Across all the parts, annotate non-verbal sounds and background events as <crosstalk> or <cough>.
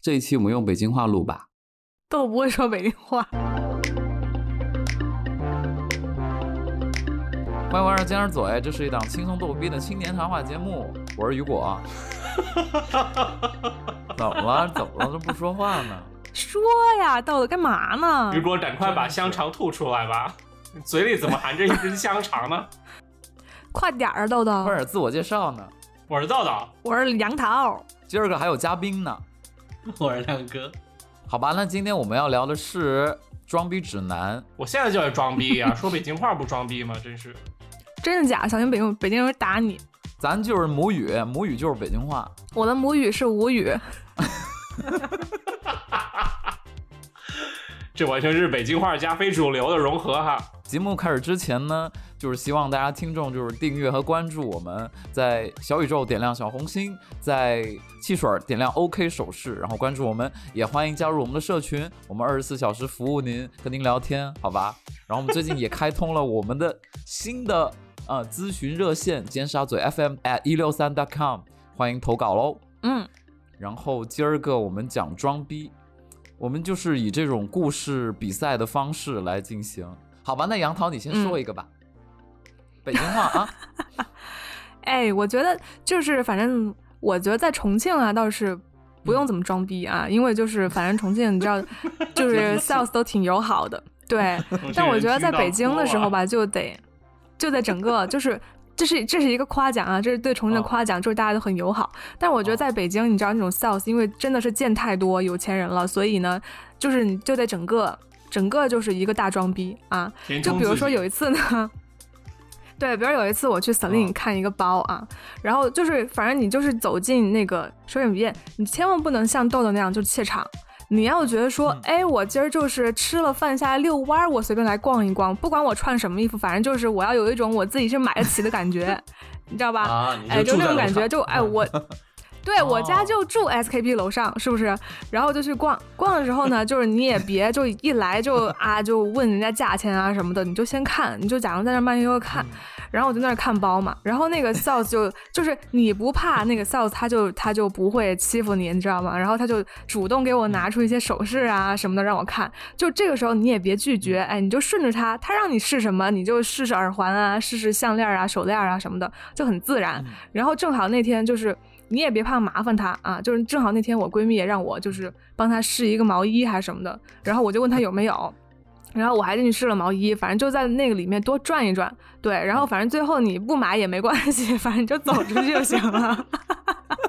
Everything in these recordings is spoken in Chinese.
这一期我们用北京话录吧。豆不会说北京话。欢迎玩儿尖儿嘴，这是一档轻松逗逼的青年谈话节目，我是雨果。怎么了？怎么了？都不说话呢？说呀，豆豆干嘛呢嗯雨？果，赶快把香肠吐出来吧！嘴里怎么含着一根香肠 <laughs> 呢？快点儿，啊豆豆快。点自我介绍呢。我是豆豆，我是杨桃，今儿个还有嘉宾呢。我是亮哥，好吧，那今天我们要聊的是装逼指南。我现在就要装逼 <laughs> 呀、说北京话不装逼吗？真是，真的假的？小心北京北京人打你。咱就是母语，母语就是北京话。我的母语是吴语，这完全是北京话加非主流的融合哈！节目开始之前呢，就是希望大家听众就是订阅和关注我们，在小宇宙点亮小红心，在汽水点亮 OK 手势，然后关注我们，也欢迎加入我们的社群，我们二十四小时服务您，跟您聊天，好吧？然后我们最近也开通了我们的新的呃咨询热线，尖沙咀 FM at 一六三 .com，欢迎投稿喽。嗯，然后今儿个我们讲装逼，我们就是以这种故事比赛的方式来进行。好吧，那杨桃你先嗯说一个吧，北京话啊，哎，我觉得就是反正我觉得在重庆啊倒是不用怎么装逼啊，因为就是反正重庆你知道，就是 sales 都挺友好的，对。嗯但我觉得在北京的时候，吧，就得就得整个就是。这是这是一个夸奖啊，这是对重庆的夸奖，就是大家都很友好。但我觉得在北京，你知道那种 sales，因为真的是见太多有钱人了，所以呢，就是你就得整个整个就是一个大装逼啊。就比如说有一次呢，对，比如有一次我去 Celine 看一个包啊，然后就是反正你就是走进那个手影店，你千万不能像豆豆那样就怯场。你要觉得说嗯，哎，我今儿就是吃了饭下来遛弯儿，我随便来逛一逛，不管我穿什么衣服，反正就是我要有一种我自己是买得起的感觉，你知道吧？啊，你哎，就住那在种楼感觉，上嗯哦就哎 <laughs> 我，对我家就住 SKP 楼上，是不是？然后就去逛逛的时候呢，就是你也别就一来 <laughs> 就啊就问人家价钱啊什么的，你就先看，你就假装在那慢悠悠嗯看。然后我就在那儿看包嘛，然后那个 sales 就就是你不怕那个 sales，他就他就不会欺负你，你知道吗？然后他就主动给我嗯拿出一些首饰啊什么的让我看，就这个时候你也别拒嗯绝，哎，你就顺着他，他让你试什么你就试试耳环啊，试试项链啊、手链啊什么的，就很自然。然后正好那天就是你也别怕麻烦他啊，就是正好那天我闺蜜也让我就是帮她试一个毛衣还是什么的，然后我就问她有没有。然后我还进去试了毛衣，反正就在那个里面多转一转，对，然后反正最后你不买也没关系， <laughs> 反正你就走出去就行了， <laughs>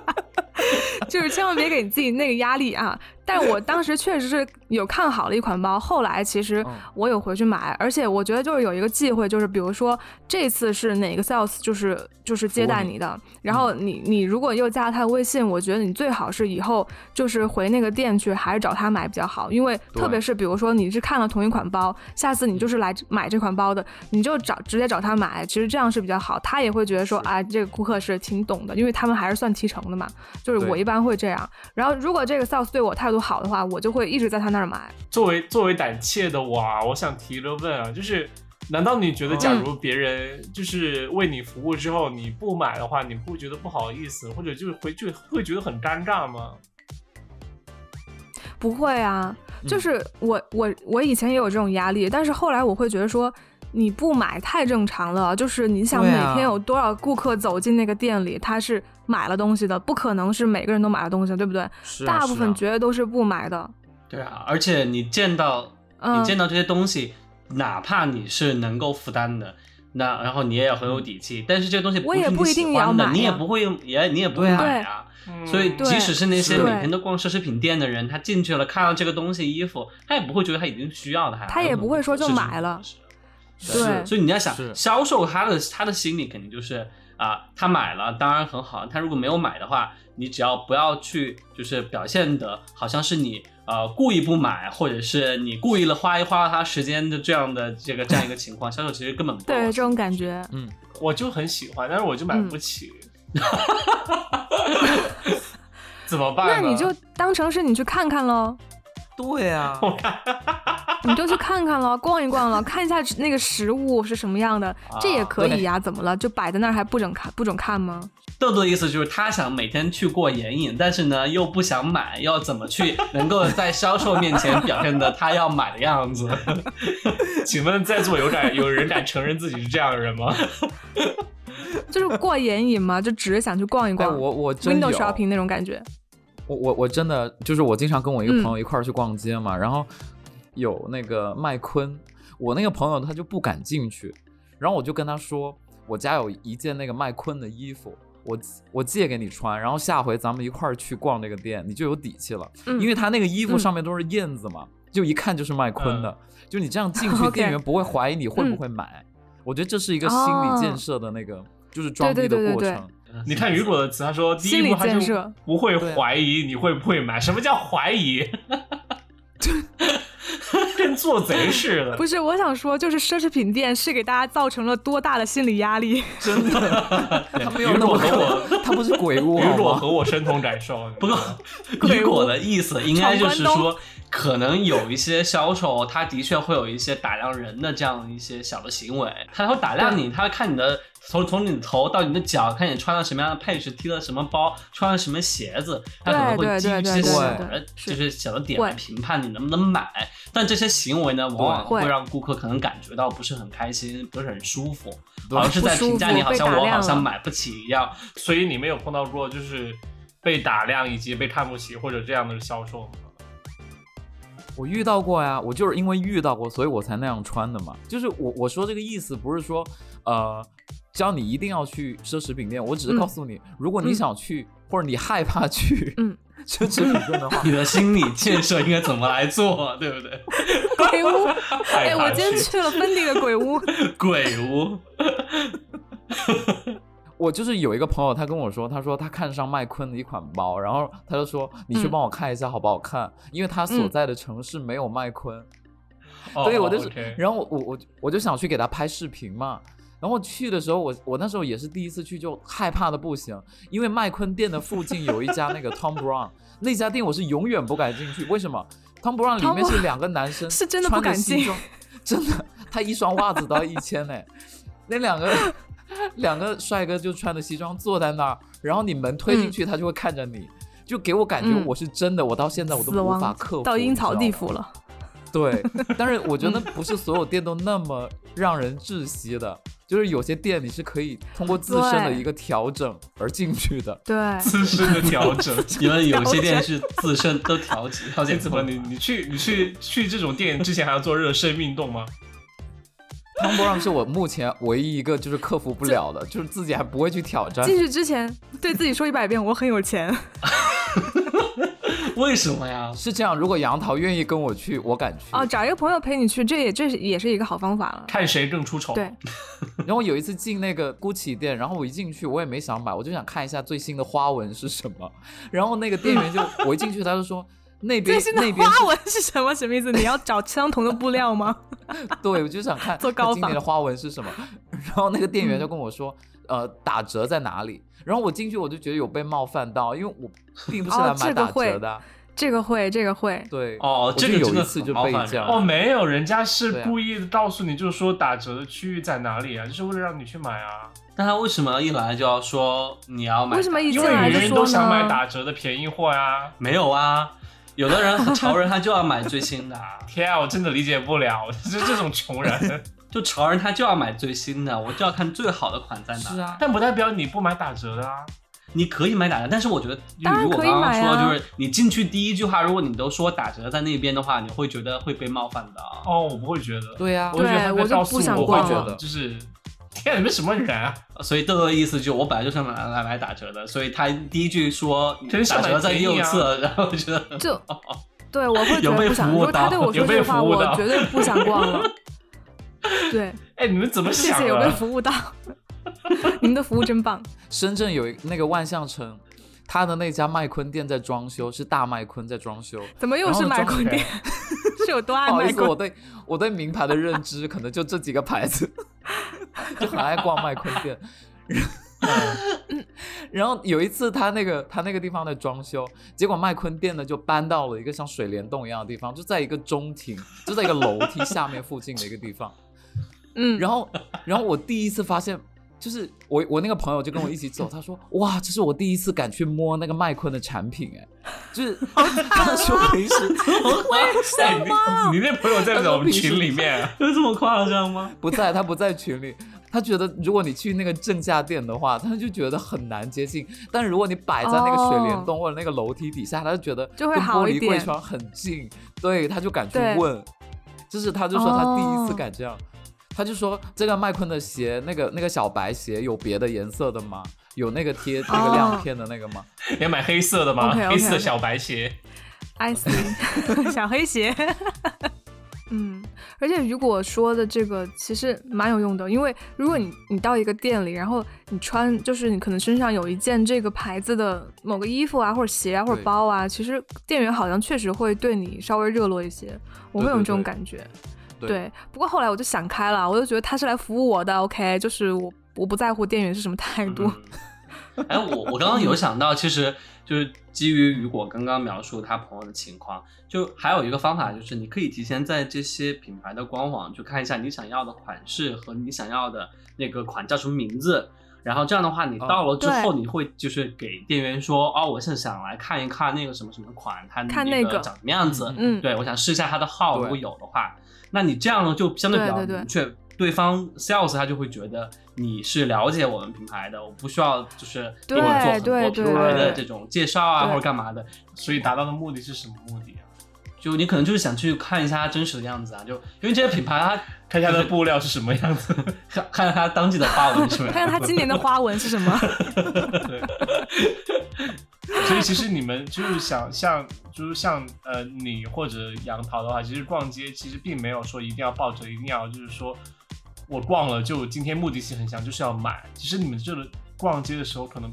就是千万别给你自己那个压力啊。但我当时确实是有看好了一款包，后来其实嗯我有回去买，而且我觉得就是有一个忌讳，就是比如说这次是哪个 sales 就是就是接待你的，然后你你如果又加了他的微信，我觉得你最好是以后就是回那个店去，还是找他买比较好，因为对特别是比如说你是看了同一款包，下次你就是来买这款包的，你就找直接找他买，其实这样是比较好，他也会觉得说啊，这个顾客是挺懂的，因为他们还是算提成的嘛，就是对我一般会这样。然后如果这个 sales 对我态度好的话，我就会一直在他那儿买。作为作为胆怯的我啊，我想提个问啊，就是难道你嗯觉得，假如别人就是为你服务之后你不买的话，你不会觉得不好意思，或者就是会就会觉得很尴尬吗？不会啊，嗯就是我、我我以前也有这种压力，但是后来我会觉得说。你不买太正常了，就是你想对每啊天有多少顾客走进那个店里，他是买了东西的，不可能是每个人都买了东西的，对不对？是 <laughs> 啊大部分绝对都是不买的。对啊，而且你见到嗯，你见到这些东西，哪怕你是能够负担的，那然后你也要很有底气。但是这东西嗯我也是不你一喜定要欢买的，你也呀不会也你也不会对啊买啊。嗯所以，对即使是那些是每天都逛奢侈品店的人，他进去了看到这个东西衣服，他也不会觉得他已经需要的，还他也不会说就买了啊对所以你要想是销售他的他的心理肯定就是啊，他买了当然很好，他如果没有买的话，你只要不要去就是表现的好像是你呃故意不买，或者是你故意了花一花他时间的这样的这个这样一个情 <laughs> 况，销售其实根本不对这种感觉，我就很喜欢，但是我就买 <laughs> 不起，怎么办那呢？你就当成是你去看看喽，对啊，你就去看看喽，逛一逛喽，看一下啊那个实物是什么样的，这也可以呀、怎么了？就摆在那儿还不准看不准看吗？豆豆的意思就是他想每天去过眼影，但是呢又不想买，要怎么去能够在销售面前表现的他要买的样子？ <laughs> 请问在座有敢有人敢承认自己是这样的人 <laughs> 吗？就是过眼瘾嘛，就只是想去逛一哎，逛、我我真有 window shopping 那种感觉。我我我真的就是我经常跟我嗯一个朋友一块儿去逛街嘛，然后有那个麦昆，我那个朋友他就不敢进去，然后我就跟他说，我家有一件那个麦昆的衣服。我我借给你穿，然后下回咱们一块儿去逛这个店，你就有底气了。嗯因为他那个衣服嗯上面都是印子嘛，就一看就是麦昆的。 <laughs> 就你这样进去， <laughs> OK 嗯店员不会怀疑你会不会买。我觉得这是一个心理建设的那个，就是装逼哦对的对对过对程。你看雨果的词，他说第一心理步他建就设不会对啊怀疑你会不会买，什么叫怀 <laughs> 疑？跟做贼似的。 <laughs> 不是，我想说，就是奢侈品店是给大家造成了多大的心理压力？ <laughs> 真的，他没有雨那果么和我， <laughs> 他不是鬼 <laughs> 屋雨好果吗？和我深同感受。 <laughs> 不过，鬼雨屋果的意思应该就是闯关说，可能有一些销售，他的确会有一些打量人的这样一些小的行为，他会打量你，他会看你的从从你的头到你的脚，看你穿了什么样的配饰，提了什么包，穿了什么鞋子，他可能会对基于对对一些对小对的，是就是小的点会来评判你能不能买。但这些行为呢，往往对会让顾客可能感觉到不是很开心，不是很舒服，对好像是在不舒评价服你，好被像打我量好像了买不起一样。所以你没有碰到过就是被打量以及被看不起或者这样的销售吗？我遇到过呀，我就是因为遇到过，所以我才那样穿的嘛。就是我我说这个意思不是说，呃，教你一定要去奢侈品店，我只是嗯告诉你，如果你嗯想去、或者你害怕去、嗯 <laughs> 奢侈品店的话， <laughs> 你的心理建设应该怎么来 <laughs> 做，对不对？鬼屋，害哎，怕我今天去去了芬迪的鬼屋， <laughs> 鬼屋，我就是有一个朋友，他跟我说，他说他看上麦昆的一款包，然后他就说你去嗯帮我看一下好不好看，因为他所嗯在的城市没有麦昆。哦对，我哦就是， OK 然后我我我就我就想去给他拍视频嘛。然后去的时候，我我那时候也是第一次去，就害怕的不行，因为麦昆店的附近有一家那个 Tom Brown，那家店我是永远不敢进去。为什么？Tom Brown 里 Tom 面是两个男生， Brown 是真的不敢进，真的，他一双袜子都要一千呢。那两个 <laughs> 两个帅哥就穿着西装坐在那儿，然后你门推进去，他就会看着你，就给我感觉嗯我是真的，我到现在我都死无法亡克服到你阴知曹道地吗府了。对，但是我觉 <laughs> 得不是所有店都那么让人窒息的，就是有些店你是可以通过自身的对一个调整而进去 <laughs> 的。对，自身的 <laughs> 调整。因为有些店是自身都调节调哎，节怎自么我。 <laughs> 你你去你去去这种店之前还要做热身运动吗？ Tom Brown 是我目前唯一一个就是克服不了的，就是自己还不会去挑战。进去之前对自己说一百遍我很有钱，为什么呀？是这样，如果杨桃愿意跟我去，我敢去。哦，找一个朋友陪你去，这也这是也是一个好方法了。看谁更出丑。对，然后有一次进那个 GUCCI 店，然后我一进去，我也没想买，我就想看一下最新的花纹是什么。然后那个店员 <laughs> 就我一进去，他就说那边最新的那边是花纹是什么？什么意思？你要找相同的布料吗？对，我就想看做他高今年仿嗯的花纹是什么。然后那个店员就跟我说，呃，打折在哪里？然后我进去我就觉得有被冒犯到，因为我并不是哦来这买个打会折的啊。 <laughs> 这个会，这个会。对，哦我这就个有真的一次很就冒被犯这人样哦，没有，人家对是啊故意告诉你，就是说打折的区域在哪里啊，就是为了让你去买啊。但他为什么一来就要说你要买？为什么一因进为来人就人说都想买呢？打折的便宜货呀、没有啊？有的人潮人他就要买最新的啊， <laughs> 天啊，我真的理解不了， <laughs> 这这种穷人。就潮人他就要买最新的，我就要看最好的款在哪。是啊，但不代表你不买打折的啊。你可以买打折，但是我觉得，当然如果可以刚刚买说啊就是你进去第一句话，如果你都说打折在那边的话，你会觉得会被冒犯的啊。哦，我不会觉得，对啊呀、我会觉得对他我在就告诉不想我，逛会觉了得就是，天啊，你们什么人啊？ <laughs> 所以豆豆的意思就是，我本来就想来来买打折的，所以他第一句说真是打折买在便宜啊右侧，然后我觉 <laughs> 得就对我会有觉被得不想。服务如果他到对我有说这被句话，服务我到绝对不想逛了。对，哎，你们怎么谢想谢有被的？服务到， <laughs> 你们的服务真棒。深圳有一那个万象城，他的那家麦昆店在装修，是大麦昆在装修。怎么又然后是呢买装滚店？ <laughs> 是有多爱不好意买思，我滚？对我对名牌的认知可能就这几个牌子，就很爱逛麦昆店。 <laughs> 然后有一次，他那个他那个地方在装修，结果麦昆店呢就搬到了一个像水帘洞一样的地方，就在一个中庭，就在一个楼梯下面附近的一个地方。<laughs> 嗯，然后，然后我第一次发现，就是我我那个朋友就跟我一起走，他说哇，这是我第一次敢去摸那个麦昆的产品，哎，就是他说平时为什么？你那 <laughs> 朋友在不在我们群里面？啊有这么夸张吗？不在，他不在群里。他觉得如果你去那个正价店的话，他就觉得很难接近；但是如果你摆在那个水帘洞或者那个楼梯底下，他就觉得哦就会跟好玻一璃柜点窗很近，对，他就敢去对问。就是他就说他第一次哦敢这样，他就说这个麦昆的鞋，那个那个小白鞋有别的颜色的吗？有那个贴那个哦亮片的那个吗？你要买黑色的吗 OK，OK，OK 黑色小白鞋。 I see，小 <laughs> 黑鞋。嗯，而且雨果说的这个其实蛮有用的，因为如果你你到一个店里，然后你穿就是你可能身上有一件这个牌子的某个衣服啊，或者鞋啊，或者对包啊，其实店员好像确实会对你稍微热络一些，我会对有对这种对感觉。对不过后来我就想开了，我就觉得他是来服务我的，OK，就是我我不在乎店员是什么态度。嗯 <laughs> 哎，我我刚刚有想到，其实就是基于雨果刚刚描述他朋友的情况，就还有一个方法，就是你可以提前在这些品牌的官网去看一下你想要的款式和你想要的那个款叫什么名字。然后这样的话，你哦到了之后，对你会就是给店员说，哦，我是想来看一看那个什么什么款，它看那那个长什么样子，嗯，对，我想试一下他的号，对如果有的话，那你这样呢就相对比较对对对明确，对方 sales 他就会觉得你是了解我们品牌的，我不需要就是给对我做很多对品牌的对这种介绍啊对或者干嘛的，所以达到的目的是什么目的啊？就你可能就是想去看一下它真实的样子啊，就因为这些品牌它看一下它的布料是什么样子。看看它当季的花纹是吧？ <laughs> 嗯看看他今年的花纹是什 <laughs> 么。 <laughs> 所以其实你们就是想像，就是像呃你或者杨桃的话，其实逛街其实并没有说一定要抱着一定要就是说我逛了就今天目的性很强，就是要买。其实你们这个逛街的时候可能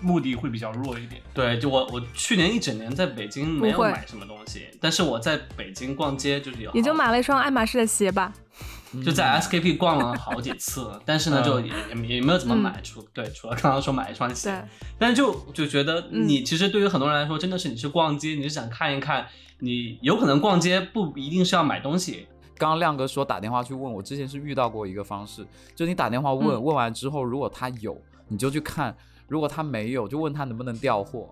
目的会比较弱一点。 <laughs> 对，就我我去年一整年在北京没有不会买什么东西，但是我在北京逛街就是有也就好买了一双爱马仕的鞋吧。嗯就在 SKP 逛了好几次，但是呢，嗯就也也也没有怎么嗯买，除对除了刚刚说买一双鞋对，但是就就觉得嗯你其实对于很多人来说，真的是你去逛街，你是想看一看，你有可能逛街不一定是要买东西，刚刚亮哥说打电话去问我，之前是遇到过一个方式，就你打电话问，嗯问完之后如果他有，你就去看；如果他没有，就问他能不能调货。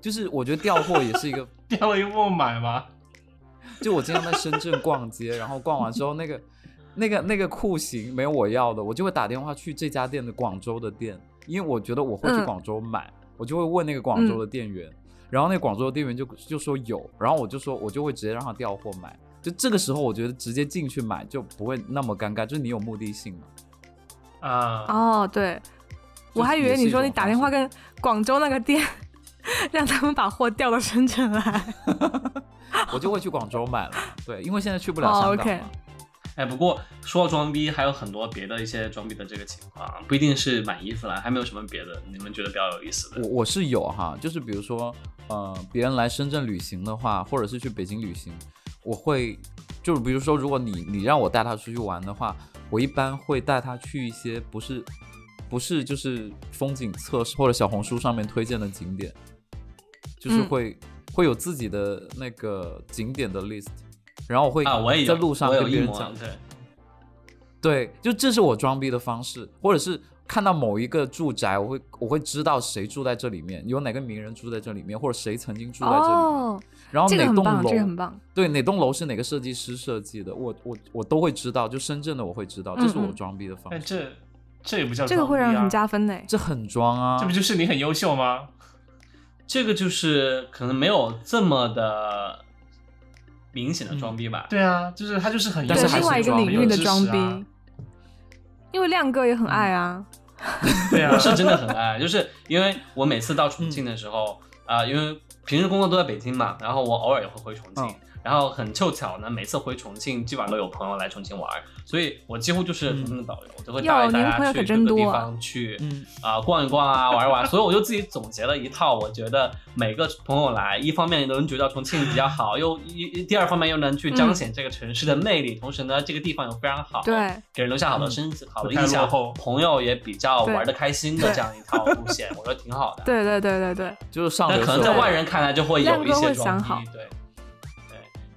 就是我觉得调货也是一个，掉了一问买吗？就我经常在深圳逛街，然后逛完之后那个那个那个裤型没有我要的，我就会打电话去这家店的广州的店，因为我觉得我会去嗯广州买，我就会问那个广州的店员，然后那个广州的店员就就说有，然后我就说我就会直接让他调货买。就这个时候，我觉得直接进去买就不会那么尴尬，就是你有目的性嘛。啊、哦，对，我还以为你说你打电话跟广州那个店， <laughs> 让他们把货调到深圳来。我就会去广州买了。对，因为现在去不了香港嘛。哦，OK 哎，不过说到装逼，还有很多别的一些装逼的这个情况，啊不一定是买衣服啦，还没有什么别的，你们觉得比较有意思的我？我是有哈，就是比如说，呃，别人来深圳旅行的话，或者是去北京旅行，我会，就是比如说，如果你你让我带他出去玩的话，我一般会带他去一些不是不是就是风景册或者小红书上面推荐的景点，就是嗯会、会有自己的那个景点的 list，然后我会啊，我也在有路上我有跟一别人模讲，对。对，就这是我装逼的方式，或者是看到某一个住宅，我会我会知道谁住在这里面，有哪个名人住在这里面，或者谁曾经住在这里面， <laughs> 哦，然后这个哪很栋棒，楼、这个很棒。对哪栋楼是哪个设计师设计的，我我我都会知道，就深圳的我会知道，这是我嗯嗯装逼的方但式，这这也不叫、装这个会让逼啊，E 很加分呢。这很装啊，这不就是你很优秀吗？这个就是可能没有这么的明嗯显的装逼吧。对啊，就是他就是很优但秀，是对，还另外一是啊个领装域的装装逼，因为亮哥也很爱啊。对啊 <laughs> 我， <laughs> 哦是真的很爱，就是因为我每次到重嗯庆的时候，啊、因为平时工作都在北京嘛，然后我偶尔也会回重庆，嗯然后很凑巧呢，每次回重庆基本上都有朋友来重庆玩儿，所以我几乎就是重庆的导游，我就会带哟大您朋友家去可各真个地多方去。嗯，啊、逛一逛啊，玩一玩， <laughs> 所以我就自己总结了一套，我觉得每个朋友来，一方面能觉得重庆比较好，又一第二方面又能去彰显这个城市的魅力，同时呢，这个地方又非常好，嗯对，给人留下好的嗯深、好的不太印象落后，朋友也比较玩的开心的对这样一套路线，我觉得挺好的。，对对对对对，就是上但流可能社在会外人看来就会有一亮哥些会想装好逼，对，对，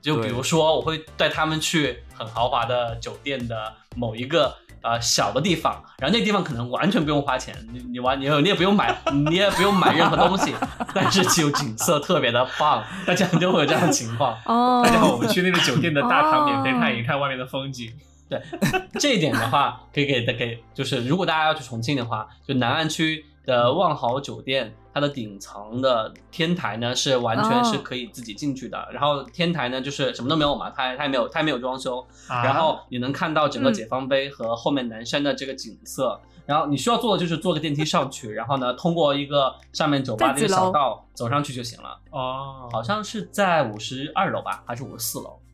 就比如说我会带他们去很豪华的酒店的某一个。呃小的地方，然后那地方可能完全不用花钱，你你完你也你也不用买，你也不用买任何东西， <laughs> 但是就景色特别的棒，大家就会有这样的情况。哦 <laughs> 哎然后我们去那个酒店的大堂免费看哦一看外面的风景。对 <laughs> 这一点的话，可以给大给就是，如果大家要去重庆的话，就南岸区的万豪酒店，它的顶层的天台呢是完全是可以自己进去的。哦然后天台呢就是什么都没有嘛，它它也没有它也没有装修，啊然后你能看到整个解放碑和后面南山的这个景色。然后你需要做的就是坐个电梯上去，然后呢通过一个上面酒吧的一个在几楼小道走上去就行了。哦，好像是在五十二楼吧，还是五十四楼？ <laughs>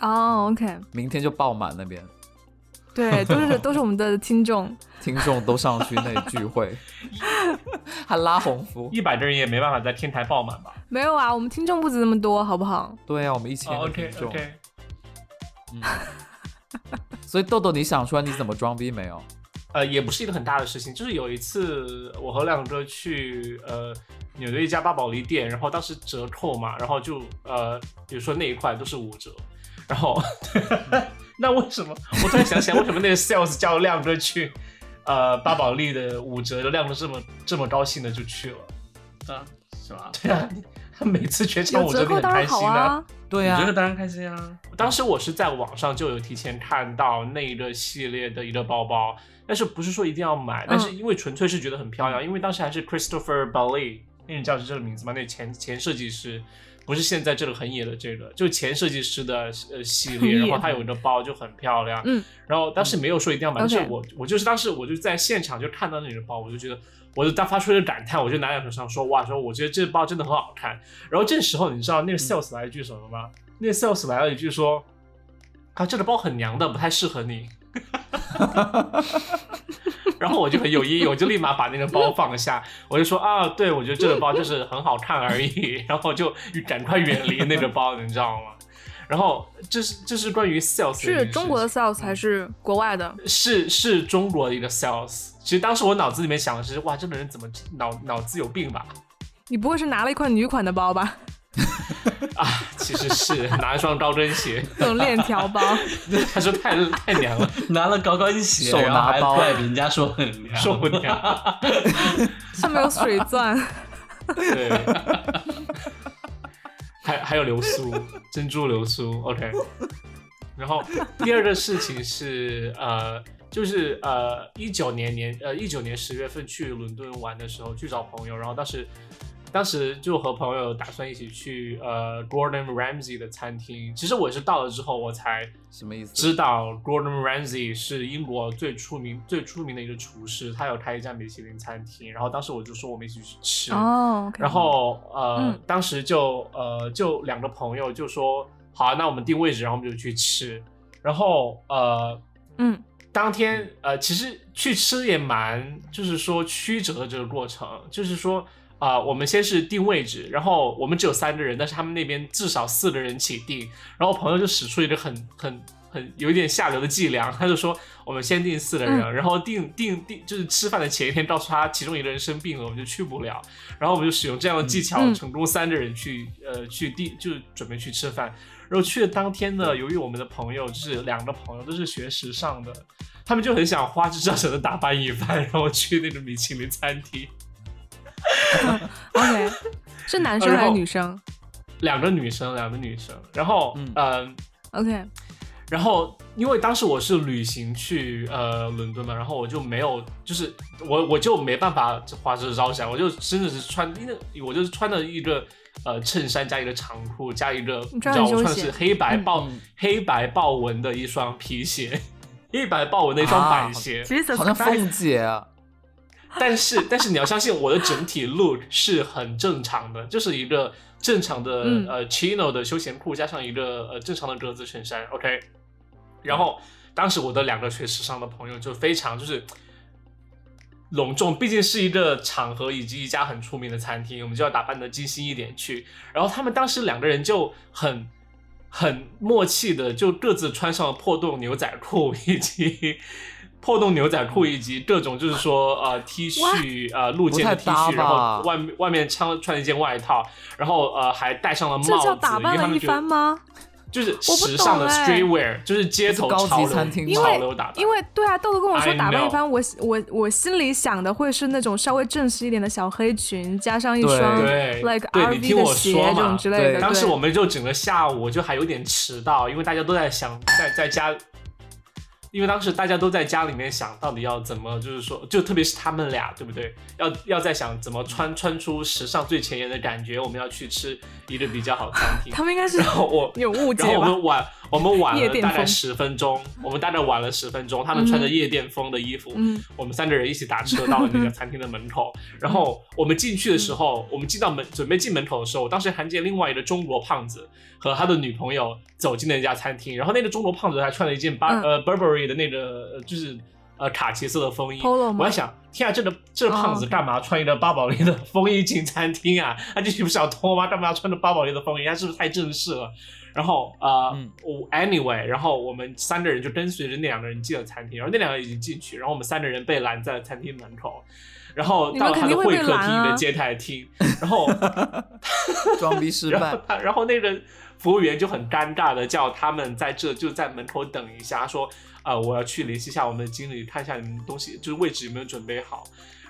哦，OK，明天就爆满那边， <laughs> 对，都是都是我们的听众，听众都上去那里聚会， <laughs> 还拉红服。一百个人也没办法在天台爆满吧没有啊，我们听众不止那么多，好不好？对啊，我们一哦哦千个听？OK 众。 OK，所以豆豆，你想出来你怎么装逼没有？呃，也不是一个很大的事情，就是有一次我和亮哥去呃纽约一家巴宝莉店，然后当时折扣嘛，然后就呃比如说那一块都是五折，然 <laughs> 后那为什么我突然想起来，为什么那个 sales 叫亮哥去呃巴宝莉的五折，亮哥这么这么高兴的就去了？啊，是吧？对啊，他每次全场有五折折你扣很当开然心好啊。啊，对我啊觉，得当然开心啊。当时我是在网上就有提前看到那一个系列的一个包包，但是不是说一定要买，但是因为纯粹是觉得很漂亮，因为当时还是 Christopher Bailey，那人叫是这个名字吗？那前前设计师，不是现在这个很野的这个，就是前设计师的呃系列，很然野后它有一个包就很漂亮，嗯，然后当时没有说一定要买，嗯但是 OK 我我就是当时我就在现场就看到那个包，我就觉得。我就大发出一个感叹，我就拿在手上说：“哇，说我觉得这包真的很好看。”然后这时候你知嗯道那个 sales 来一句什么吗？那个 sales 来了一句说：“啊，这个包很娘的，不太适合你。” <laughs> 然后我就很有意义，我就立马把那个包放下，我就说啊，对我觉得这个包就是很好看而已，然后我就赶快远离那个包，你知道吗？然后这是这是关于 sales 的一件是事中国的情 sales 还是国外的？是是中国的一个 sales。其实当时我脑子里面想的是，哇，这个人怎么脑脑子有病吧？你不会是拿了一块女款的包吧？啊，其实是 <laughs> 拿一双高跟鞋， <laughs> 这种链条包，他说太太娘了， <laughs> 拿了高跟鞋，手拿然后还包怪人家说很凉，受不了。上面有水钻，对，还还有流苏，珍珠流苏，OK。然后第二个事情是呃，就是呃一九年年呃一九年十月份去伦敦玩的时候，去找朋友，然后当时当时就和朋友打算一起去呃 Gordon Ramsay 的餐厅。其实我是到了之后我才什么意思？知道 Gordon Ramsay 是英国最出名最出名的一个厨师，他有开一家米其林餐厅。然后当时我就说我们一起去吃，哦，OK，然后呃，嗯当时就呃就两个朋友就说好、啊，那我们定位置，然后我们就去吃。然后呃，嗯，当天呃，其实去吃也蛮，就是说曲折的这个过程，就是说啊、我们先是定位置，然后我们只有三个人，但是他们那边至少四个人起订，然后我朋友就使出一个很很很有一点下流的伎俩，他就说我们先订四个人，嗯然后订订订就是吃饭的前一天告诉他其中一个人生病了，我们就去不了，然后我们就使用这样的技巧，嗯成功三个人去呃去订就准备去吃饭，然后去的当天呢，由于我们的朋友就是两个朋友都是学时尚的，他们就很想花枝招展的打扮一番，然后去那个米其林餐厅。 ，OK，是 <laughs> 男生还啊然是后女生两个女生，两个女生，然后嗯嗯、 ？OK，然后因为当时我是旅行去呃伦敦嘛，然后我就没有，就是我我就没办法花枝招展，我就真的是穿，因为我就是穿了一个呃衬衫加一个长裤加一个，你你知穿道得我很穿休的闲是黑白嗯豹、黑白豹纹的一双皮鞋， <laughs> 黑白豹纹的一双啊板鞋，其实好像凤姐 <laughs> 啊，但是 <laughs> 但是你要相信我的整体 look 是很正常的，就是一个正常的、嗯呃 chino 的休闲裤加上一个呃正常的格子衬衫，OK。然后当时我的两个学时尚的朋友就非常就是隆重，毕竟是一个场合以及一家很出名的餐厅，我们就要打扮的精心一点去。然后他们当时两个人就很很默契的，就各自穿上了破洞牛仔裤以及破洞牛仔裤以及各种就是说呃 T 恤呃露肩的不 T 太搭恤，然吧后外面外面穿穿了一件外套，然后呃还戴上了帽子，这叫打因为扮他了们啊一觉得番吗？就是我不时尚的懂哎 streetwear，就是街头就是高级潮流餐厅因潮为流打扮，因为对啊，豆豆跟我说 I 打扮 know 一番，我我我心里想的会是那种稍微正式一点的小黑裙，加上一对双对 like 对 RV 你听的我鞋说嘛这种之类的。对当时对我们就整个下午就还有点迟到，因为大家都在想在在家，因为当时大家都在家里面想到底要怎么，就是说，就特别是他们俩，对不对？要要在想怎么穿穿出时尚最前沿的感觉，我们要去吃一个比较好的餐厅。他们应该是 <laughs> 然后我有误解然后吧？我们晚，我们晚夜了店大概风十分钟，我们大概晚了十分钟。他们穿着夜店风的衣服，嗯我们三个人一起打车到了那个餐厅的门口。然后我们进去的时候，我们进到门准备进门口的时候，我当时看见另外一个中国胖子和他的女朋友走进了一家餐厅。然后那个中国胖子还穿了一件巴、嗯呃 Burberry 的那个呃就是呃卡其色的风衣。 ，polo 我吗在？想，天啊，这个这个哦胖子干嘛穿一个巴宝莉的风衣进餐厅啊？他进去不是要脱吗？干嘛要穿着巴宝莉的风衣？他是不是太正式了？然后呃嗯，我、anyway，然后我们三个人就跟随着那两个人进了餐厅，然后那两个人已经进去，然后我们三个人被拦在了餐厅门口，然后你到们了他肯定的会会被客拦厅啊的接待厅，然后装逼失然后败。他，然后那个服务员就很尴尬的叫他们在这就在门口等一下，他说呃我要去联系一下我们的经理，看一下你们东西就是位置有没有准备好。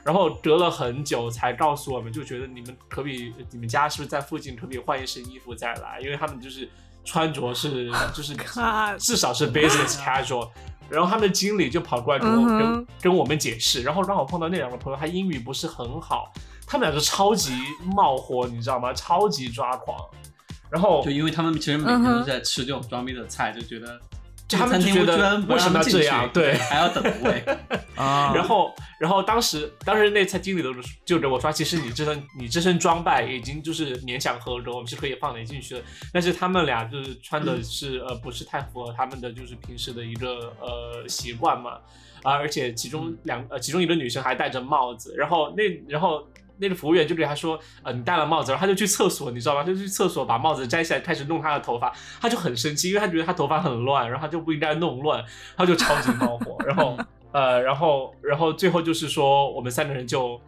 然后隔了很久才告诉我们，就觉得你们可不可以，你们家是不是在附近，可不可以换一身衣服再来？因为他们就是穿着是就是靠至少是 business casual。然后他们的经理就跑过来跟我、嗯哼跟跟我们解释，然后刚好碰到那两个朋友，他英语不是很好，他们俩就超级冒火，你知道吗？超级抓狂。然后 <laughs> 就因为他们其实每嗯天哼都在吃这种装逼的菜，就觉得就他们这个餐厅嗯就觉得居然不为让什他们么要进这样去对 <laughs> 还要等位。啊，然后，然后当时，当时那菜经理都就给我说，其实你这身你这身装扮已经就是勉强合格，我们是可以放你进去的。但是他们俩就是穿的是、呃不是太符合他们的就是平时的一个呃习惯嘛，啊，而且其中两呃其中一个女生还戴着帽子，然后那然后。那个服务员就对他说：“呃，你戴了帽子，然后他就去厕所，你知道吗？他就去厕所把帽子摘下来，开始弄他的头发。他就很生气，因为他觉得他头发很乱，然后他就不应该弄乱，他就超级 <laughs> 冒火。然后呃，然后然后最后就是说，我们三个人就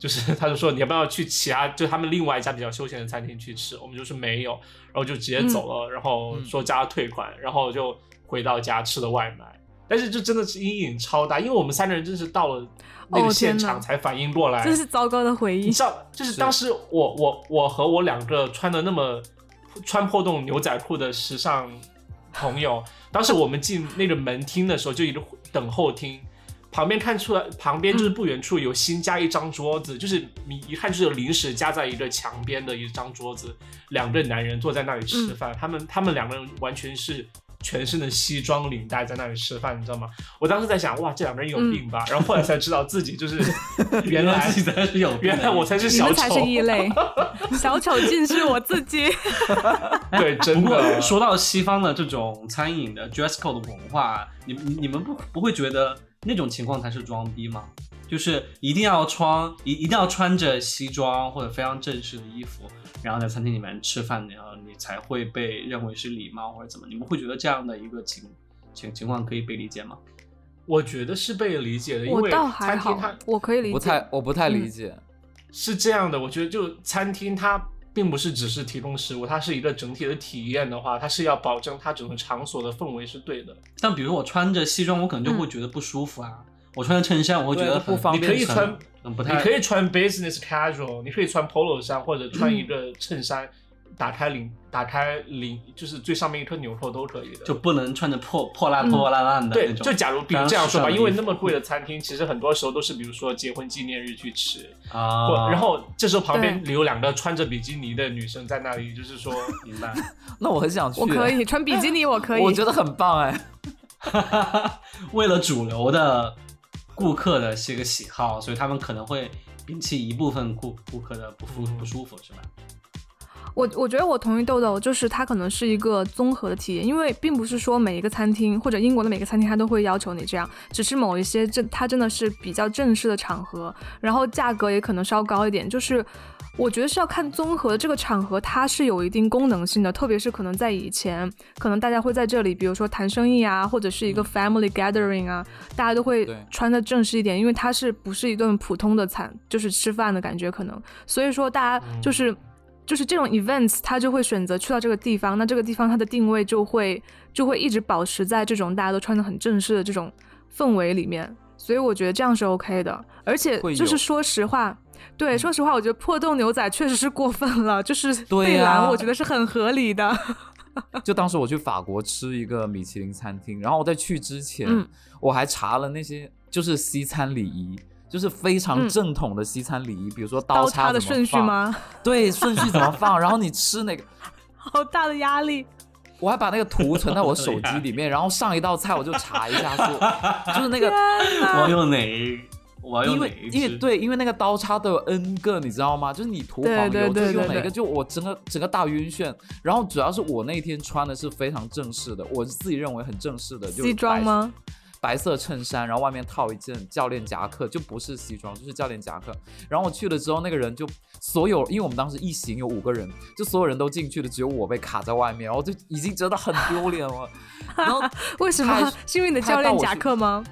就是他就说你要不要去其他就他们另外一家比较休闲的餐厅去吃，我们就是没有，然后就直接走嗯了，然后说加退款，然后就回到家吃的外卖。但是这真的是阴影超大，因为我们三个人真是到了那哦个现天哪场才反应过来，真是糟糕的回忆你。知道，就是当时我我我和我两个穿的那么穿破洞牛仔裤的时尚朋友，当时我们进那个门厅的时候，就一个等候厅，旁边看出来，旁边就是不远处有新加一张桌子，就是你一看就是有临时加在一个墙边的一张桌子，两个男人坐在那里吃饭，他们他们两个人完全是。全身的西装领带在那里吃饭，你知道吗？我当时在想，哇，这两个人有病吧？然后后来才知道自己就是 <laughs> <laughs> 嗯 <laughs> 原来自己才是有病的， <laughs> 原来我才是你小们丑，才是异类，小丑竟是我自己。 <laughs> <laughs> 对，啊真不的过说到西方的这种餐饮的 dress code 的文化，你你你们不不会觉得那种情况才是装逼吗？就是一定要穿一一定要穿着西装或者非常正式的衣服，然后在餐厅里面吃饭，然后你才会被认为是礼貌或者怎么？你们会觉得这样的一个情情情况可以被理解吗？我觉得是被理解的， <laughs> 因我为倒还餐好厅它，我可以理解。不太，我不太理嗯解。是这样的，我觉得就餐厅它并不是只是提供食物，它是一个整体的体验的话，它是要保证它整个场所的氛围是对的。但比如我穿着西装，我可能就会觉得不舒服啊。我穿着衬衫，我会觉得对不很方你便可以穿穿，很不你太可以穿 business casual，你可以穿 polo 衫或者穿一个衬衫，打开领，打开领就是最上面一颗纽扣都可以的。就不能穿着破破烂破破烂烂的那嗯对，种。就假如比非如常这样说吧，时尚的因为衣服那么贵的餐厅，其实很多时候都是比如说结婚纪念日去吃，或啊，然后这时候旁边有两个穿着比基尼的女生在那里，就是说，明 <laughs> 白。那我很想去，我可，以穿比基尼，我可以。我觉得很棒哎。 <laughs> <laughs> 为了主流的顾客的这个喜好，所以他们可能会摒弃一部分顾顾客的不舒嗯不舒服，是吧？我我觉得我同意豆豆，就是它可能是一个综合的体验，因为并不是说每一个餐厅或者英国的每个餐厅它都会要求你这样，只是某一些这它真的是比较正式的场合，然后价格也可能稍高一点，就是。我觉得是要看综合这个场合，它是有一定功能性的，特别是可能在以前，可能大家会在这里，比如说谈生意啊，或者是一个 family gathering 啊，大家都嗯会对穿的正式一点，因为嗯它是不是一顿普通的餐，就是吃饭的感觉可能，所以说大家就是就是这种 events，他就会选择去到这个地方，那这个地方它的定位就会就会一直保持在这种大家都穿的很正式的这种氛围里面，所以我觉得这样是 OK 的。而且会有嗯就是说实话，对，说实话，我觉得破洞牛仔确实是过分了，就是对被呀拦，我觉得是很合理的。就当时我去法国吃一个米其林餐厅，然后我在去之前，嗯我还查了那些就是西餐礼仪，就是非常嗯正统的西餐礼仪，比如说刀叉的怎么顺序放？吗？ <laughs> 对，顺序怎么放？然后你吃哪个？好大的压力。我还把那个图存在我手机里面，然后上一道菜我就查一下说， <laughs> 就是那个天我要哪！用哪一？我要因用哪为一因为只对，因为那个刀叉都有 N 个，你知道吗？就是你涂对黄对油就用对对哪个，对就我整个整个大晕眩。然后主要是我那一天穿的是非常正式的，我自己认为很正式的，就是西装白吗？白色衬衫，然后外面套一件教练夹克，就不是西装，就是教练夹克。然后我去了之后，那个人就所有，因为我们当时一行有五个人，就所有人都进去了，只有我被卡在外面，然后就已经觉得很丢脸了。然后 <laughs> 为什他么？是因为你的他教带练我夹去克吗？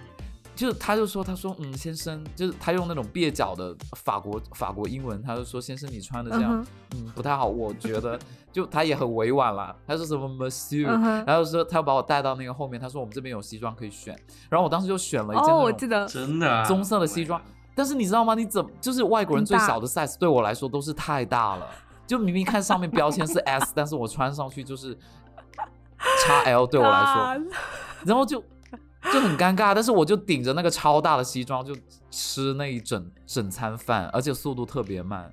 就他就说，他说，嗯，先生，就是他用那种蹩脚的法国法国英文，他就说，先生，你穿的这样，嗯嗯不太好，我觉得，就他也很委婉啦，他说什么 monsieur，、嗯哼然后说他要把我带到那个后面，他说我们这边有西装可以选，然呃后我当时就选了一件哦，我那记种得，真的啊棕色的西装，但是你知道吗？你怎么就是外国人最很大小的 size 对我来说都是太大了，就明明看上面标签是 S，但是我穿上去就是叉 L 对我来说，啊然后就就很尴尬，但是我就顶着那个超大的西装就吃那一整整餐饭，而且速度特别慢，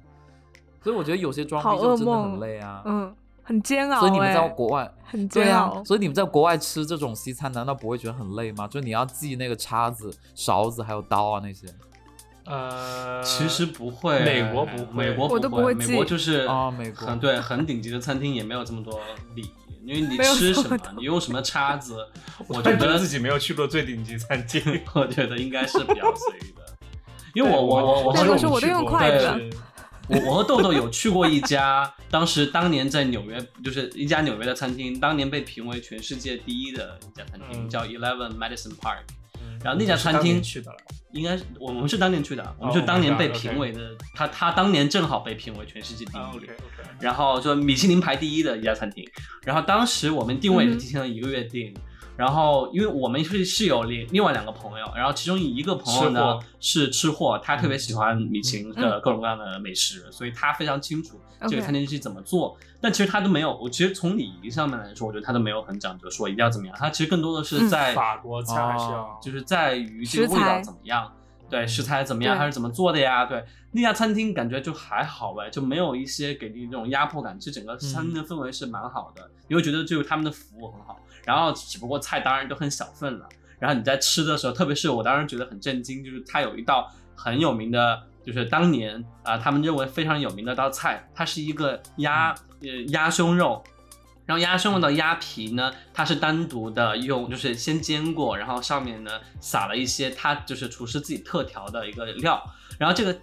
所以我觉得有些装好逼就真的噩很梦累啊。嗯，很煎熬、欸。所以你们在国外，很对煎啊熬，。所以你们在国外吃这种西餐，难道不会觉得很累吗？就你要记那个叉子、勺子还有刀啊那些。呃，其实不会，美国不会美国我都不会美记国就是哦美国很对，很顶级的餐厅也没有这么多礼仪，因为你没有吃这什么么，你用什么叉子，我 <laughs> 我觉觉得得自己没有去过最顶级餐厅， <laughs> 我觉得应该是比较随意的，因为我我我我对和我说我都用筷子对我我和豆豆有去过一家，当时当年在纽约，就是一家纽约的餐厅，当年被评为全世界第一的一家餐厅，嗯叫 Eleven Madison Park。嗯然后那家餐我是当年厅去的了，应该是我我们是当年去的，啊我们哦是当年 my 被 God，评 OK 为的，他他当年正好被评为全世界第啊一，OK，OK。然后就米其林排第一的一家餐厅。然后当时我们定位嗯是提前了一个月定，然后因为我们是是有另另外两个朋友，然后其中一个朋友呢吃货嗯是吃货，他特别喜欢米其林的各种各样的美食，所以他非常清楚这个嗯 OK 餐厅是怎么做。但其实他都没有，我其实从礼仪上面来说，我觉得他都没有很讲究说一定要怎么样，他其实更多的是嗯在、法国菜还是哦要，就是在于这个食味道材怎么样，对食材怎么样，对它是怎么做的呀？对那家餐厅感觉就还好呗，就没有一些给你这种压迫感，其实整个餐厅的氛围是蛮好的，你会觉得就是他们的服务很好，然后只不过菜当然都很小份了，然后你在吃的时候，特别是我当时觉得很震惊，就是它有一道很有名的，就是当年啊、他们认为非常有名的道菜，它是一个鸭呃鸭胸肉。然后鸭胸肉的鸭皮呢，它是单独的用，就是先煎过，然后上面呢撒了一些它就是厨师自己特调的一个料，然后这个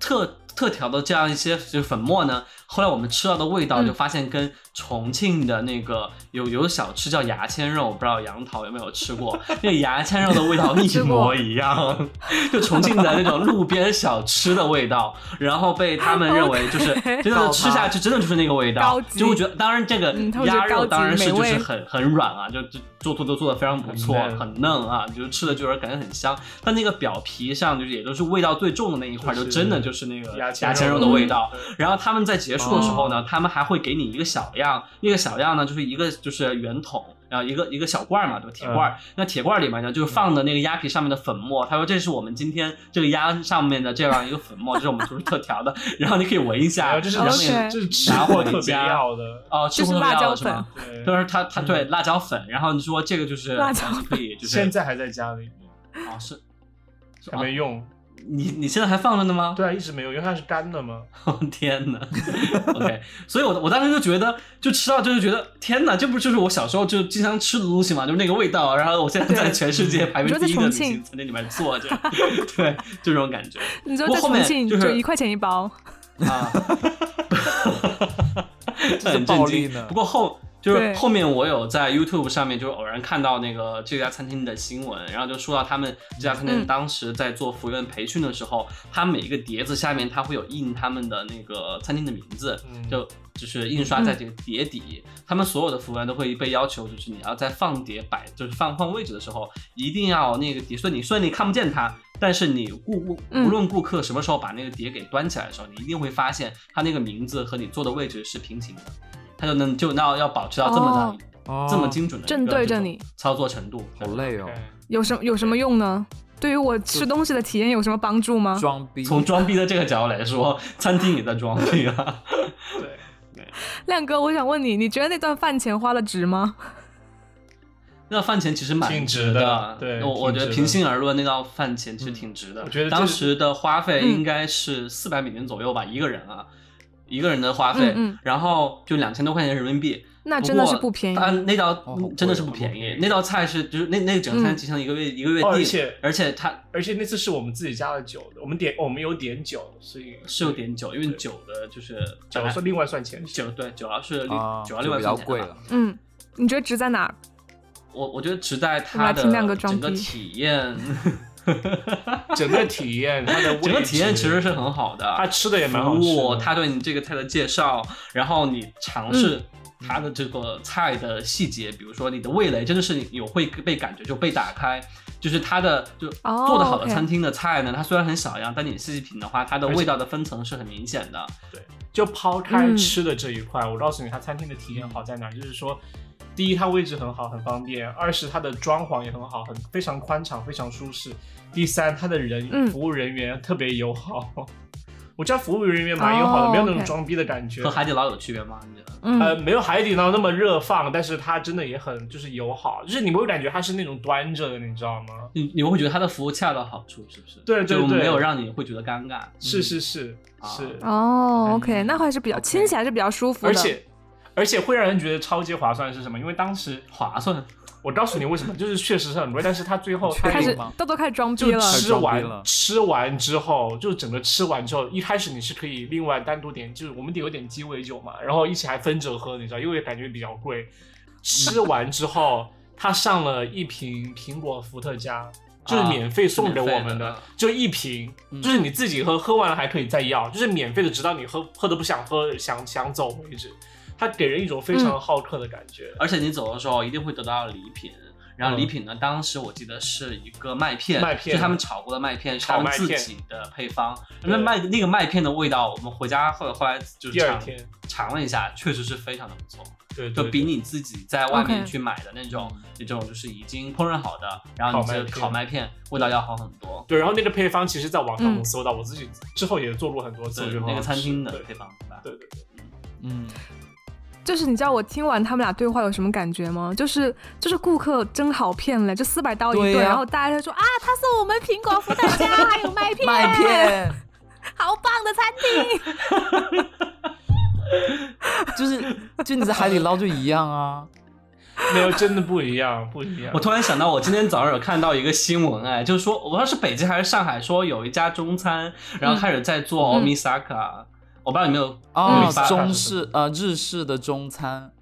特特调的这样一些就是粉末呢，后来我们吃到的味道嗯就发现跟重庆的那个有有小吃叫牙签肉，我不知道杨桃有没有吃过，那个牙签肉的味道一吃过模一样，就重庆的那种路边小吃的味道，然后被他们认为就是 <laughs> OK 真的吃下去真的就是那个味道高，级就会觉得当然这个嗯他们觉得鸭肉高级当然是美就味是很很软啊，就就做做都做的非常不错，很嫩很嫩啊，就是吃的就是感觉很香，但那个表皮上就是也就是味道最重的那一块，就就是真的就是那个牙签牙签肉哦肉的嗯味道。然后他们在结束的时候呢，他们还会给你一个小样，那个小样呢就是一个就是圆筒，然后一个一个小罐儿嘛，对吧？铁嗯罐儿。那铁罐儿里面呢，就是放的那个鸭皮上面的粉末。他说这是我们今天这个鸭上面的这样一个粉 <laughs> 末，这是我们厨师特调的，然后你可以闻一然下，后哦这是然后吃那个这是吃哦拿货回特别家要的，哦，吃这是红辣椒椒是吗粉对就是他他嗯对辣椒粉，然后你说这个就是辣椒粉可以就是现在还在家里面哦是是还没哦用，你你现在还放着呢吗？对啊，一直没有，因为它是干的嘛。我 <laughs> 天哪，OK，所以我我当时就觉得，就吃到就是觉得天哪，这不就是我小时候就经常吃的东西嘛，就是那个味道。啊然后我现在在全世界排名嗯你说在第一的米重其庆林餐厅里面坐着，对，就这种感觉你说不在后重面庆就就是一块钱一包，啊， <laughs> 这是很暴震力惊呢。不过后就是对后面我有在 YouTube 上面就是偶然看到那个这家餐厅的新闻，然后就说到他们这家餐厅嗯当时在做服务员培训的时候，他每一个碟子下面它会有印他们的那个餐厅的名字，嗯就就是印刷在这个碟底，他们所有的服务员都会被要求，就是你要在放碟摆，就是放放位置的时候，一定要那个碟，虽然你虽然你看不见它，但是你顾顾嗯无论顾客什么时候把那个碟给端起来的时候，你一定会发现它那个名字和你坐的位置是平行的，他就能就要要保持到这么哦的、哦这么精准的一个正对着这种你操作程度，好累哦，有什么有什么用呢？对于我吃东西的体验有什么帮助吗？装逼。从装逼的这个角度来说，餐厅也在装逼啊。对，亮哥，我想问你，你觉得那段饭钱花的值吗？那饭钱其实蛮挺值值的对我我挺觉得值的嗯平心而论，那道饭钱其实挺值的。我觉得这当是时的花费嗯应该是四百美元左右吧，一个人啊，一个人的花费，嗯嗯然后就两千多块钱人民币。那不真的是过不便宜。但那道、哦好贵真的是哦不好便贵宜，那道菜是就是那那个整个嗯餐集成一个月、一个月定，哦而且而且它而且那次是我们自己加的酒的，我们点我们有点酒，所 <laughs> 以是有点酒，因为酒的就是酒是另外算钱，酒对酒要是另啊，酒要另外就比算较钱贵的了。嗯，你觉得值在哪儿？我我觉得只在我它来的听亮哥装整个逼体 <laughs> 验，整个体验它的 <laughs> 整个位体验置其实是很好的。它吃的也蛮好服吃务，的，他对你这个菜的介绍，然后你尝试嗯它的这个菜的细节，比如说你的味蕾真的是有会被感觉就被打开，就是它的就哦做的好的 OK 餐厅的菜呢，它虽然很小样，但你细细品的话，它的而且味道的分层是很明显的。就抛开嗯吃的这一块，我告诉你，它餐厅的体验好在哪儿，就是说，第一，它位置很好，很方便；二是它的装潢也很好，很非常宽敞，非常舒适；第三，它的人、嗯服务人员特别友好。 <laughs> 我觉得服务人员蛮友好的，哦没有那种 OK 装逼的感觉和。海底捞有区别吗？你觉得？嗯，呃，没有海底捞那么热放，但是它真的也很就是友好，就是你不会感觉它是那种端着的，你知道吗？你你会觉得它的服务恰到好处，是不是？对对就对没有让你会觉得尴尬。是是是啊是，哦嗯，OK，那还是比较 OK 亲起来是比较舒服的。而且而且会让人觉得超级划算的是什么？因为当时划算，我告诉你为什么，就是确实是很贵，但是它最后它开确始定吗豆豆开始装逼就了，是吃太装逼了完吃完之后，就整个吃完之后，一开始你是可以另外单独点，就是我们得有点鸡尾酒嘛，然后一起还分着喝，你知道，因为感觉比较贵。吃嗯完之后，他上了一瓶苹果伏特加，就是啊免费送给我是免们费的，的啊嗯就一瓶，就是你自己喝，喝完了还可以再要，就是免费的，直到你喝喝的不想喝，想想走为止。它给人一种嗯非常好客的感觉，而且你走的时候一定会得到礼品。然后礼品呢，当时我记得是一个麦片，嗯麦片就他们炒过的麦片，是炒他们麦自片己的配方。对那麦那个麦片的味道，我们回家后后来就是第二尝天，尝了一下，确实是非常的不错，对对就对比你自己在外面 OK 去买的那种那种就是已经烹饪好的，然后你烤麦这片烤麦片味道要好很多。对，然后那个配方其实，在网上能嗯搜到，我自己之后也做过很多次，对我觉得那很个好餐吃厅的对配方，对吧？对对对，嗯，就是你知道我听完他们俩对话有什么感觉吗？就是就是顾客真好骗嘞，就四百刀一对顿，呀然后大家就说啊，他送我们苹果伏特加，还有麦片，麦片。好棒的餐厅。就是就你在海底捞就一样 <laughs> 啊，嗯没有真的不一样，不一样。我突然想到，我今天早上有看到一个新闻，哎，就是说，我不知道是北京还是上海，说有一家中餐，然后开始在做 omisaka，、我不知道你有没有哦，发中式呃日式的中餐，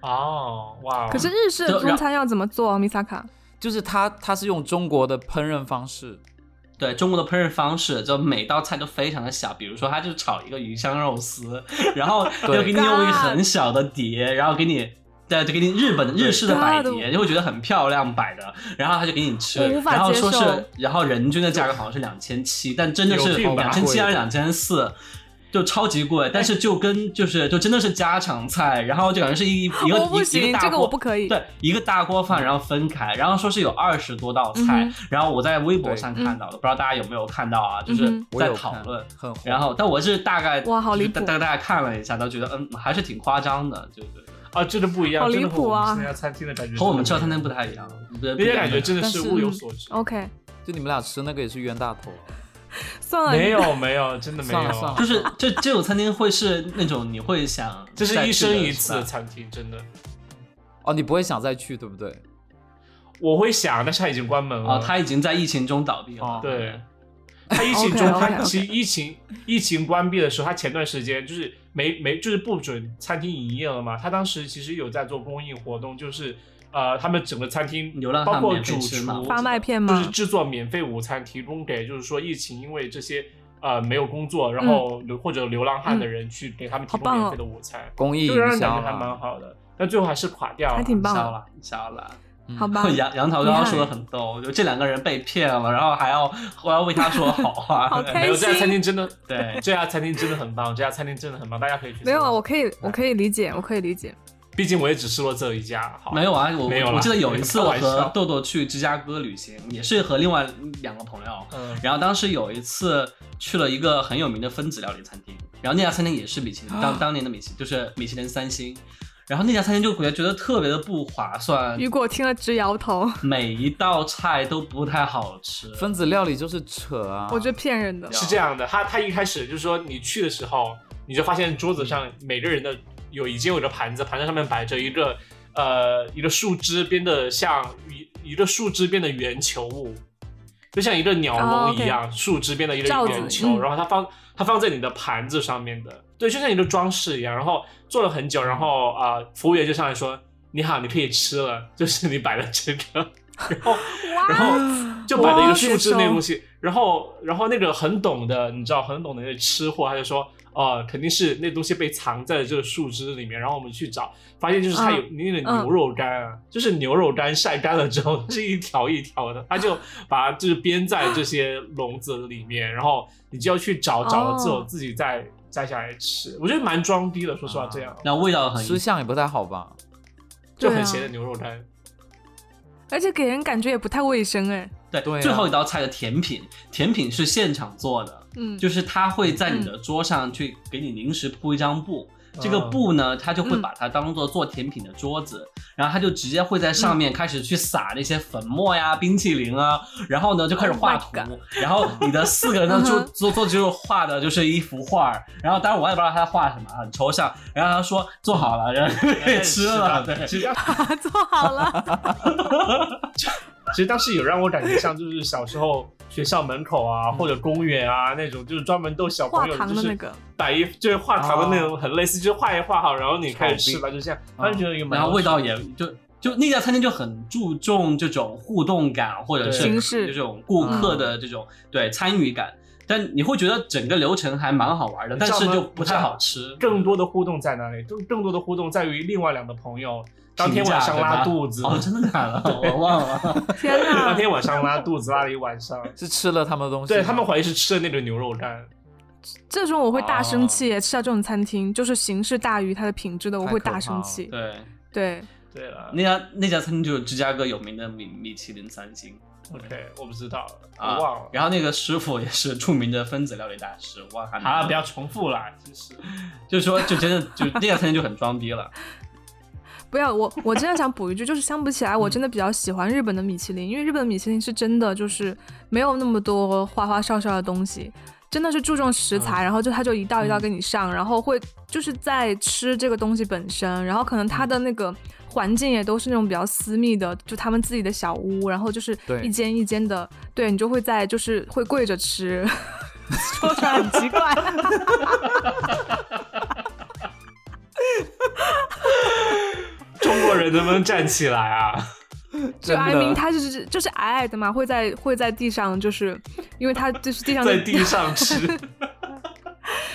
哦，哇哦，可是日式就的然中餐要怎么做？米萨卡就是它它是用中国的烹饪方式，对中国的烹饪方式，就每道菜都非常的小，比如说它就炒一个鱼香肉丝，然后对就给你用一个很小的碟，然后给你。对，就给你日本日式的摆 God 碟，就会觉得很漂亮摆的，然后他就给你吃，我无法然后接说受是，然后人均的价格好像是两千七，但真的是有病两吧千七还是两千四，就超级贵，但是就跟就是就真的是家常菜，然后就感觉是一一 <laughs> 个我一不一行，大这个我锅不可以。对，一个大锅饭，然后分开，然后说是有二十多道菜嗯，然后我在微博上看到的，不知道大家有没有看到啊？就是嗯我在有讨看论，很火然后但我是大概哇好离就是谱大概大家看了一下，都觉得嗯还是挺夸张的，就对，啊，真的不一样，好真的离和谱我们啊吃那家餐厅的感觉和我们吃真的的餐厅不不一太一样，样，那那些感觉真的是但是哦物有所值。 OK，就你们俩吃那个也是冤大头，算了，没有没有，真的没算了算有了，就是这这种餐厅会是那种你会想 <laughs> 这再是去一生的一是次吧的餐厅，真的。哦，你不会想再去对不对？我会想，但是它已经关门哦了。哦，他已经在疫情中倒闭了哦，对，它疫情 OK，中，它 OK，OK 其实疫情疫情关闭的时候，它前段时间就是没没就是不准餐厅营业了嘛。它当时其实有在做公益活动，就是呃，他们整个餐厅流浪汉包括免费主吃嘛厨发卖片就吗是？制作免费午餐，提供给就是说疫情因为这些呃没有工作，然后流、或者流浪汉的人去给他们提嗯好供棒哦免费的午餐，公益啊就让营人感销啊觉还蛮嘛，好的。但最后还是垮掉了，还挺棒笑的了。笑了。嗯好吧， <laughs> 杨杨桃刚刚说的很逗，就这两个人被骗了，然后还要我要为他说好 <laughs> 话。好开没有心这家餐厅真的，对这家餐厅真的很棒，这家餐厅真的很棒，大家可以去吃。没有啊，我可以，我可以理解，我可以理解。毕竟我也只吃过这一家。好，没有啊，我没有啦我记得有一次我开玩和笑豆豆去芝加哥旅行，也是和另外两个朋友，嗯，然后当时有一次去了一个很有名的分子料理餐厅，然后那家餐厅也是米其林啊当当年的米其就是米其林三星，然后那家餐厅就觉得觉得特别的不划算，雨果听了直摇头，每一道菜都不太好吃。分子料理就是扯啊，我觉得骗人的。是这样的，他他一开始就是说你去的时候，你就发现桌子嗯上每个人的有已经有着盘子，盘子上面摆着一个呃一个树枝编的像一一个树枝编的圆球物，就像一个鸟哦笼，OK 一样，树枝编的一个罩子圆球，嗯然后它放它放在你的盘子上面的，对，就像一个装饰一样。然后做了很久，然后啊、呃服务员就上来说：“你好，你可以吃了，就是你摆的这个。”然后然后就摆了一个树枝那个东西，然后然后那个很懂的，你知道很懂的那个吃货，他就说，哦、肯定是那东西被藏在了这个树枝里面，然后我们去找，发现就是它嗯有、那个牛肉干啊，就是牛肉干晒干了之后 <laughs> 是一条一条的，他就把它就是编在这些笼子里面，然后你就要去找，找了之后哦自己再摘下来吃，我觉得蛮装逼的，说实话啊这样然后味道很吃相也不太好吧？就对啊很咸的牛肉干，而且给人感觉也不太卫生哎。对，对啊最后一道菜的甜品，甜品是现场做的，嗯，就是他会在你的桌上去给你临时铺一张布，嗯这个布呢，他就会嗯把它当做做甜品的桌子，然后他就直接会在上嗯面开始去撒那些粉末呀、冰淇淋啊，然后呢就开始画图 Oh my，然后你的四个人 <laughs> 呢就嗯哼做做就是画的就是一幅画儿，然后当然我也不知道他画什么，很抽象，然后他说做好了，然后也 <laughs> <laughs> 吃了，对。哎其实做 <laughs> 好了，其实当时有让我感觉像就是小时候学校门口啊，或者公园啊那种，就是专门逗小画朋友，糖就的那是个，摆一就是画糖的那种，很类似，就是画一画好，然后你开始吃吧，就这样，嗯他就觉得一个蛮然有后趣的，味道也就就那家餐厅就很注重这种互动感，或者是对形式这种顾客的这种、对参与感。但你会觉得整个流程还蛮好玩的，你但知道是吗就不太好吃。更多的互动在哪里？更更多的互动在于另外两个朋友当天晚上拉肚子，哦，真的假的？我忘了。天 <laughs> 当 <laughs> 哪！天晚上拉肚子拉了一晚上，是吃了他们的东西吗，对他们怀疑是吃的那个牛肉干，这种我会大生气哎耶，吃到这种餐厅就是形式大于它的品质的，我太会可怕大生了气。对，对，对了那家那家餐厅就是芝加哥有名的米米其林三星， ，OK，我不知道，我啊忘了。然后那个师傅也是著名的分子料理大师，我忘了他名字好了，不要重复啦，其实就是说就真的就那家餐厅就很装逼了。不要我，我真的想补一句，就是相比起来，嗯我真的比较喜欢日本的米其林，因为日本的米其林是真的就是没有那么多花花哨哨的东西，真的是注重食嗯材，然后就他就一道一道给你上，然后会就是在吃这个东西本身，然后可能嗯它的那个环境也都是那种比较私密的，就他们自己的小屋，然后就是对一间一间的，对你就会在就是会跪 <laughs> 着吃，说出来很奇怪。中国人能不能站起来啊？就真艾明的他就是就是矮矮的嘛，会在会在地上，就是因为他就是地上在的，地上吃，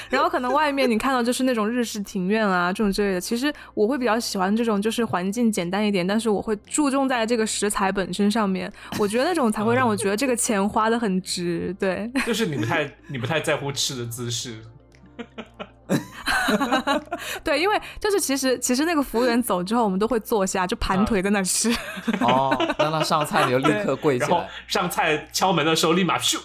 然后可能外面你看到就是那种日式庭院啊这种之类的。其实我会比较喜欢这种，就是环境简单一点，但是我会注重在这个食材本身上面。我觉得那种才会让我觉得这个钱花的很值。对， <laughs> 就是你不太你不太在乎吃的姿势，对，因为就是其实其实那个服务员走之后，我们都会坐下，就盘腿在那吃。哦，让他上菜你就立刻跪起然后来。上菜敲门的时候立马咻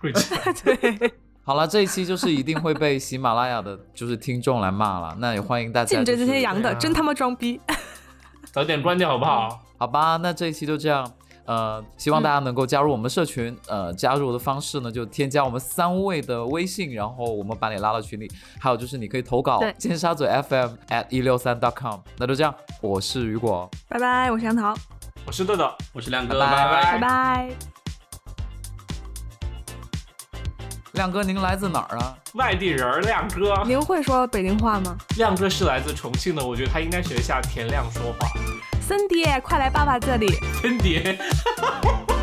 跪起来。对，好了，这一期就是一定会被喜马拉雅的就是听众来骂了，那也欢迎大家、禁就着是。这些洋的，对啊真他妈装逼。 <laughs> 早点关掉好不好？好吧，那这一期就这样。呃，希望大家能够加入我们社群。呃，加入的方式呢，就添加我们三位的微信，然后我们把你拉到群里。还有就是你可以投稿对尖沙咀 FM at 一六三 dot com。那就这样，我是雨果，拜拜，我是杨桃，我是豆豆。我是亮哥，拜拜拜拜。亮哥，您来自哪儿啊？外地人儿亮哥，您会说北京话吗？亮哥是来自重庆的，我觉得他应该学一下田亮说话。 <laughs> 森迪，快来爸爸这里。真的。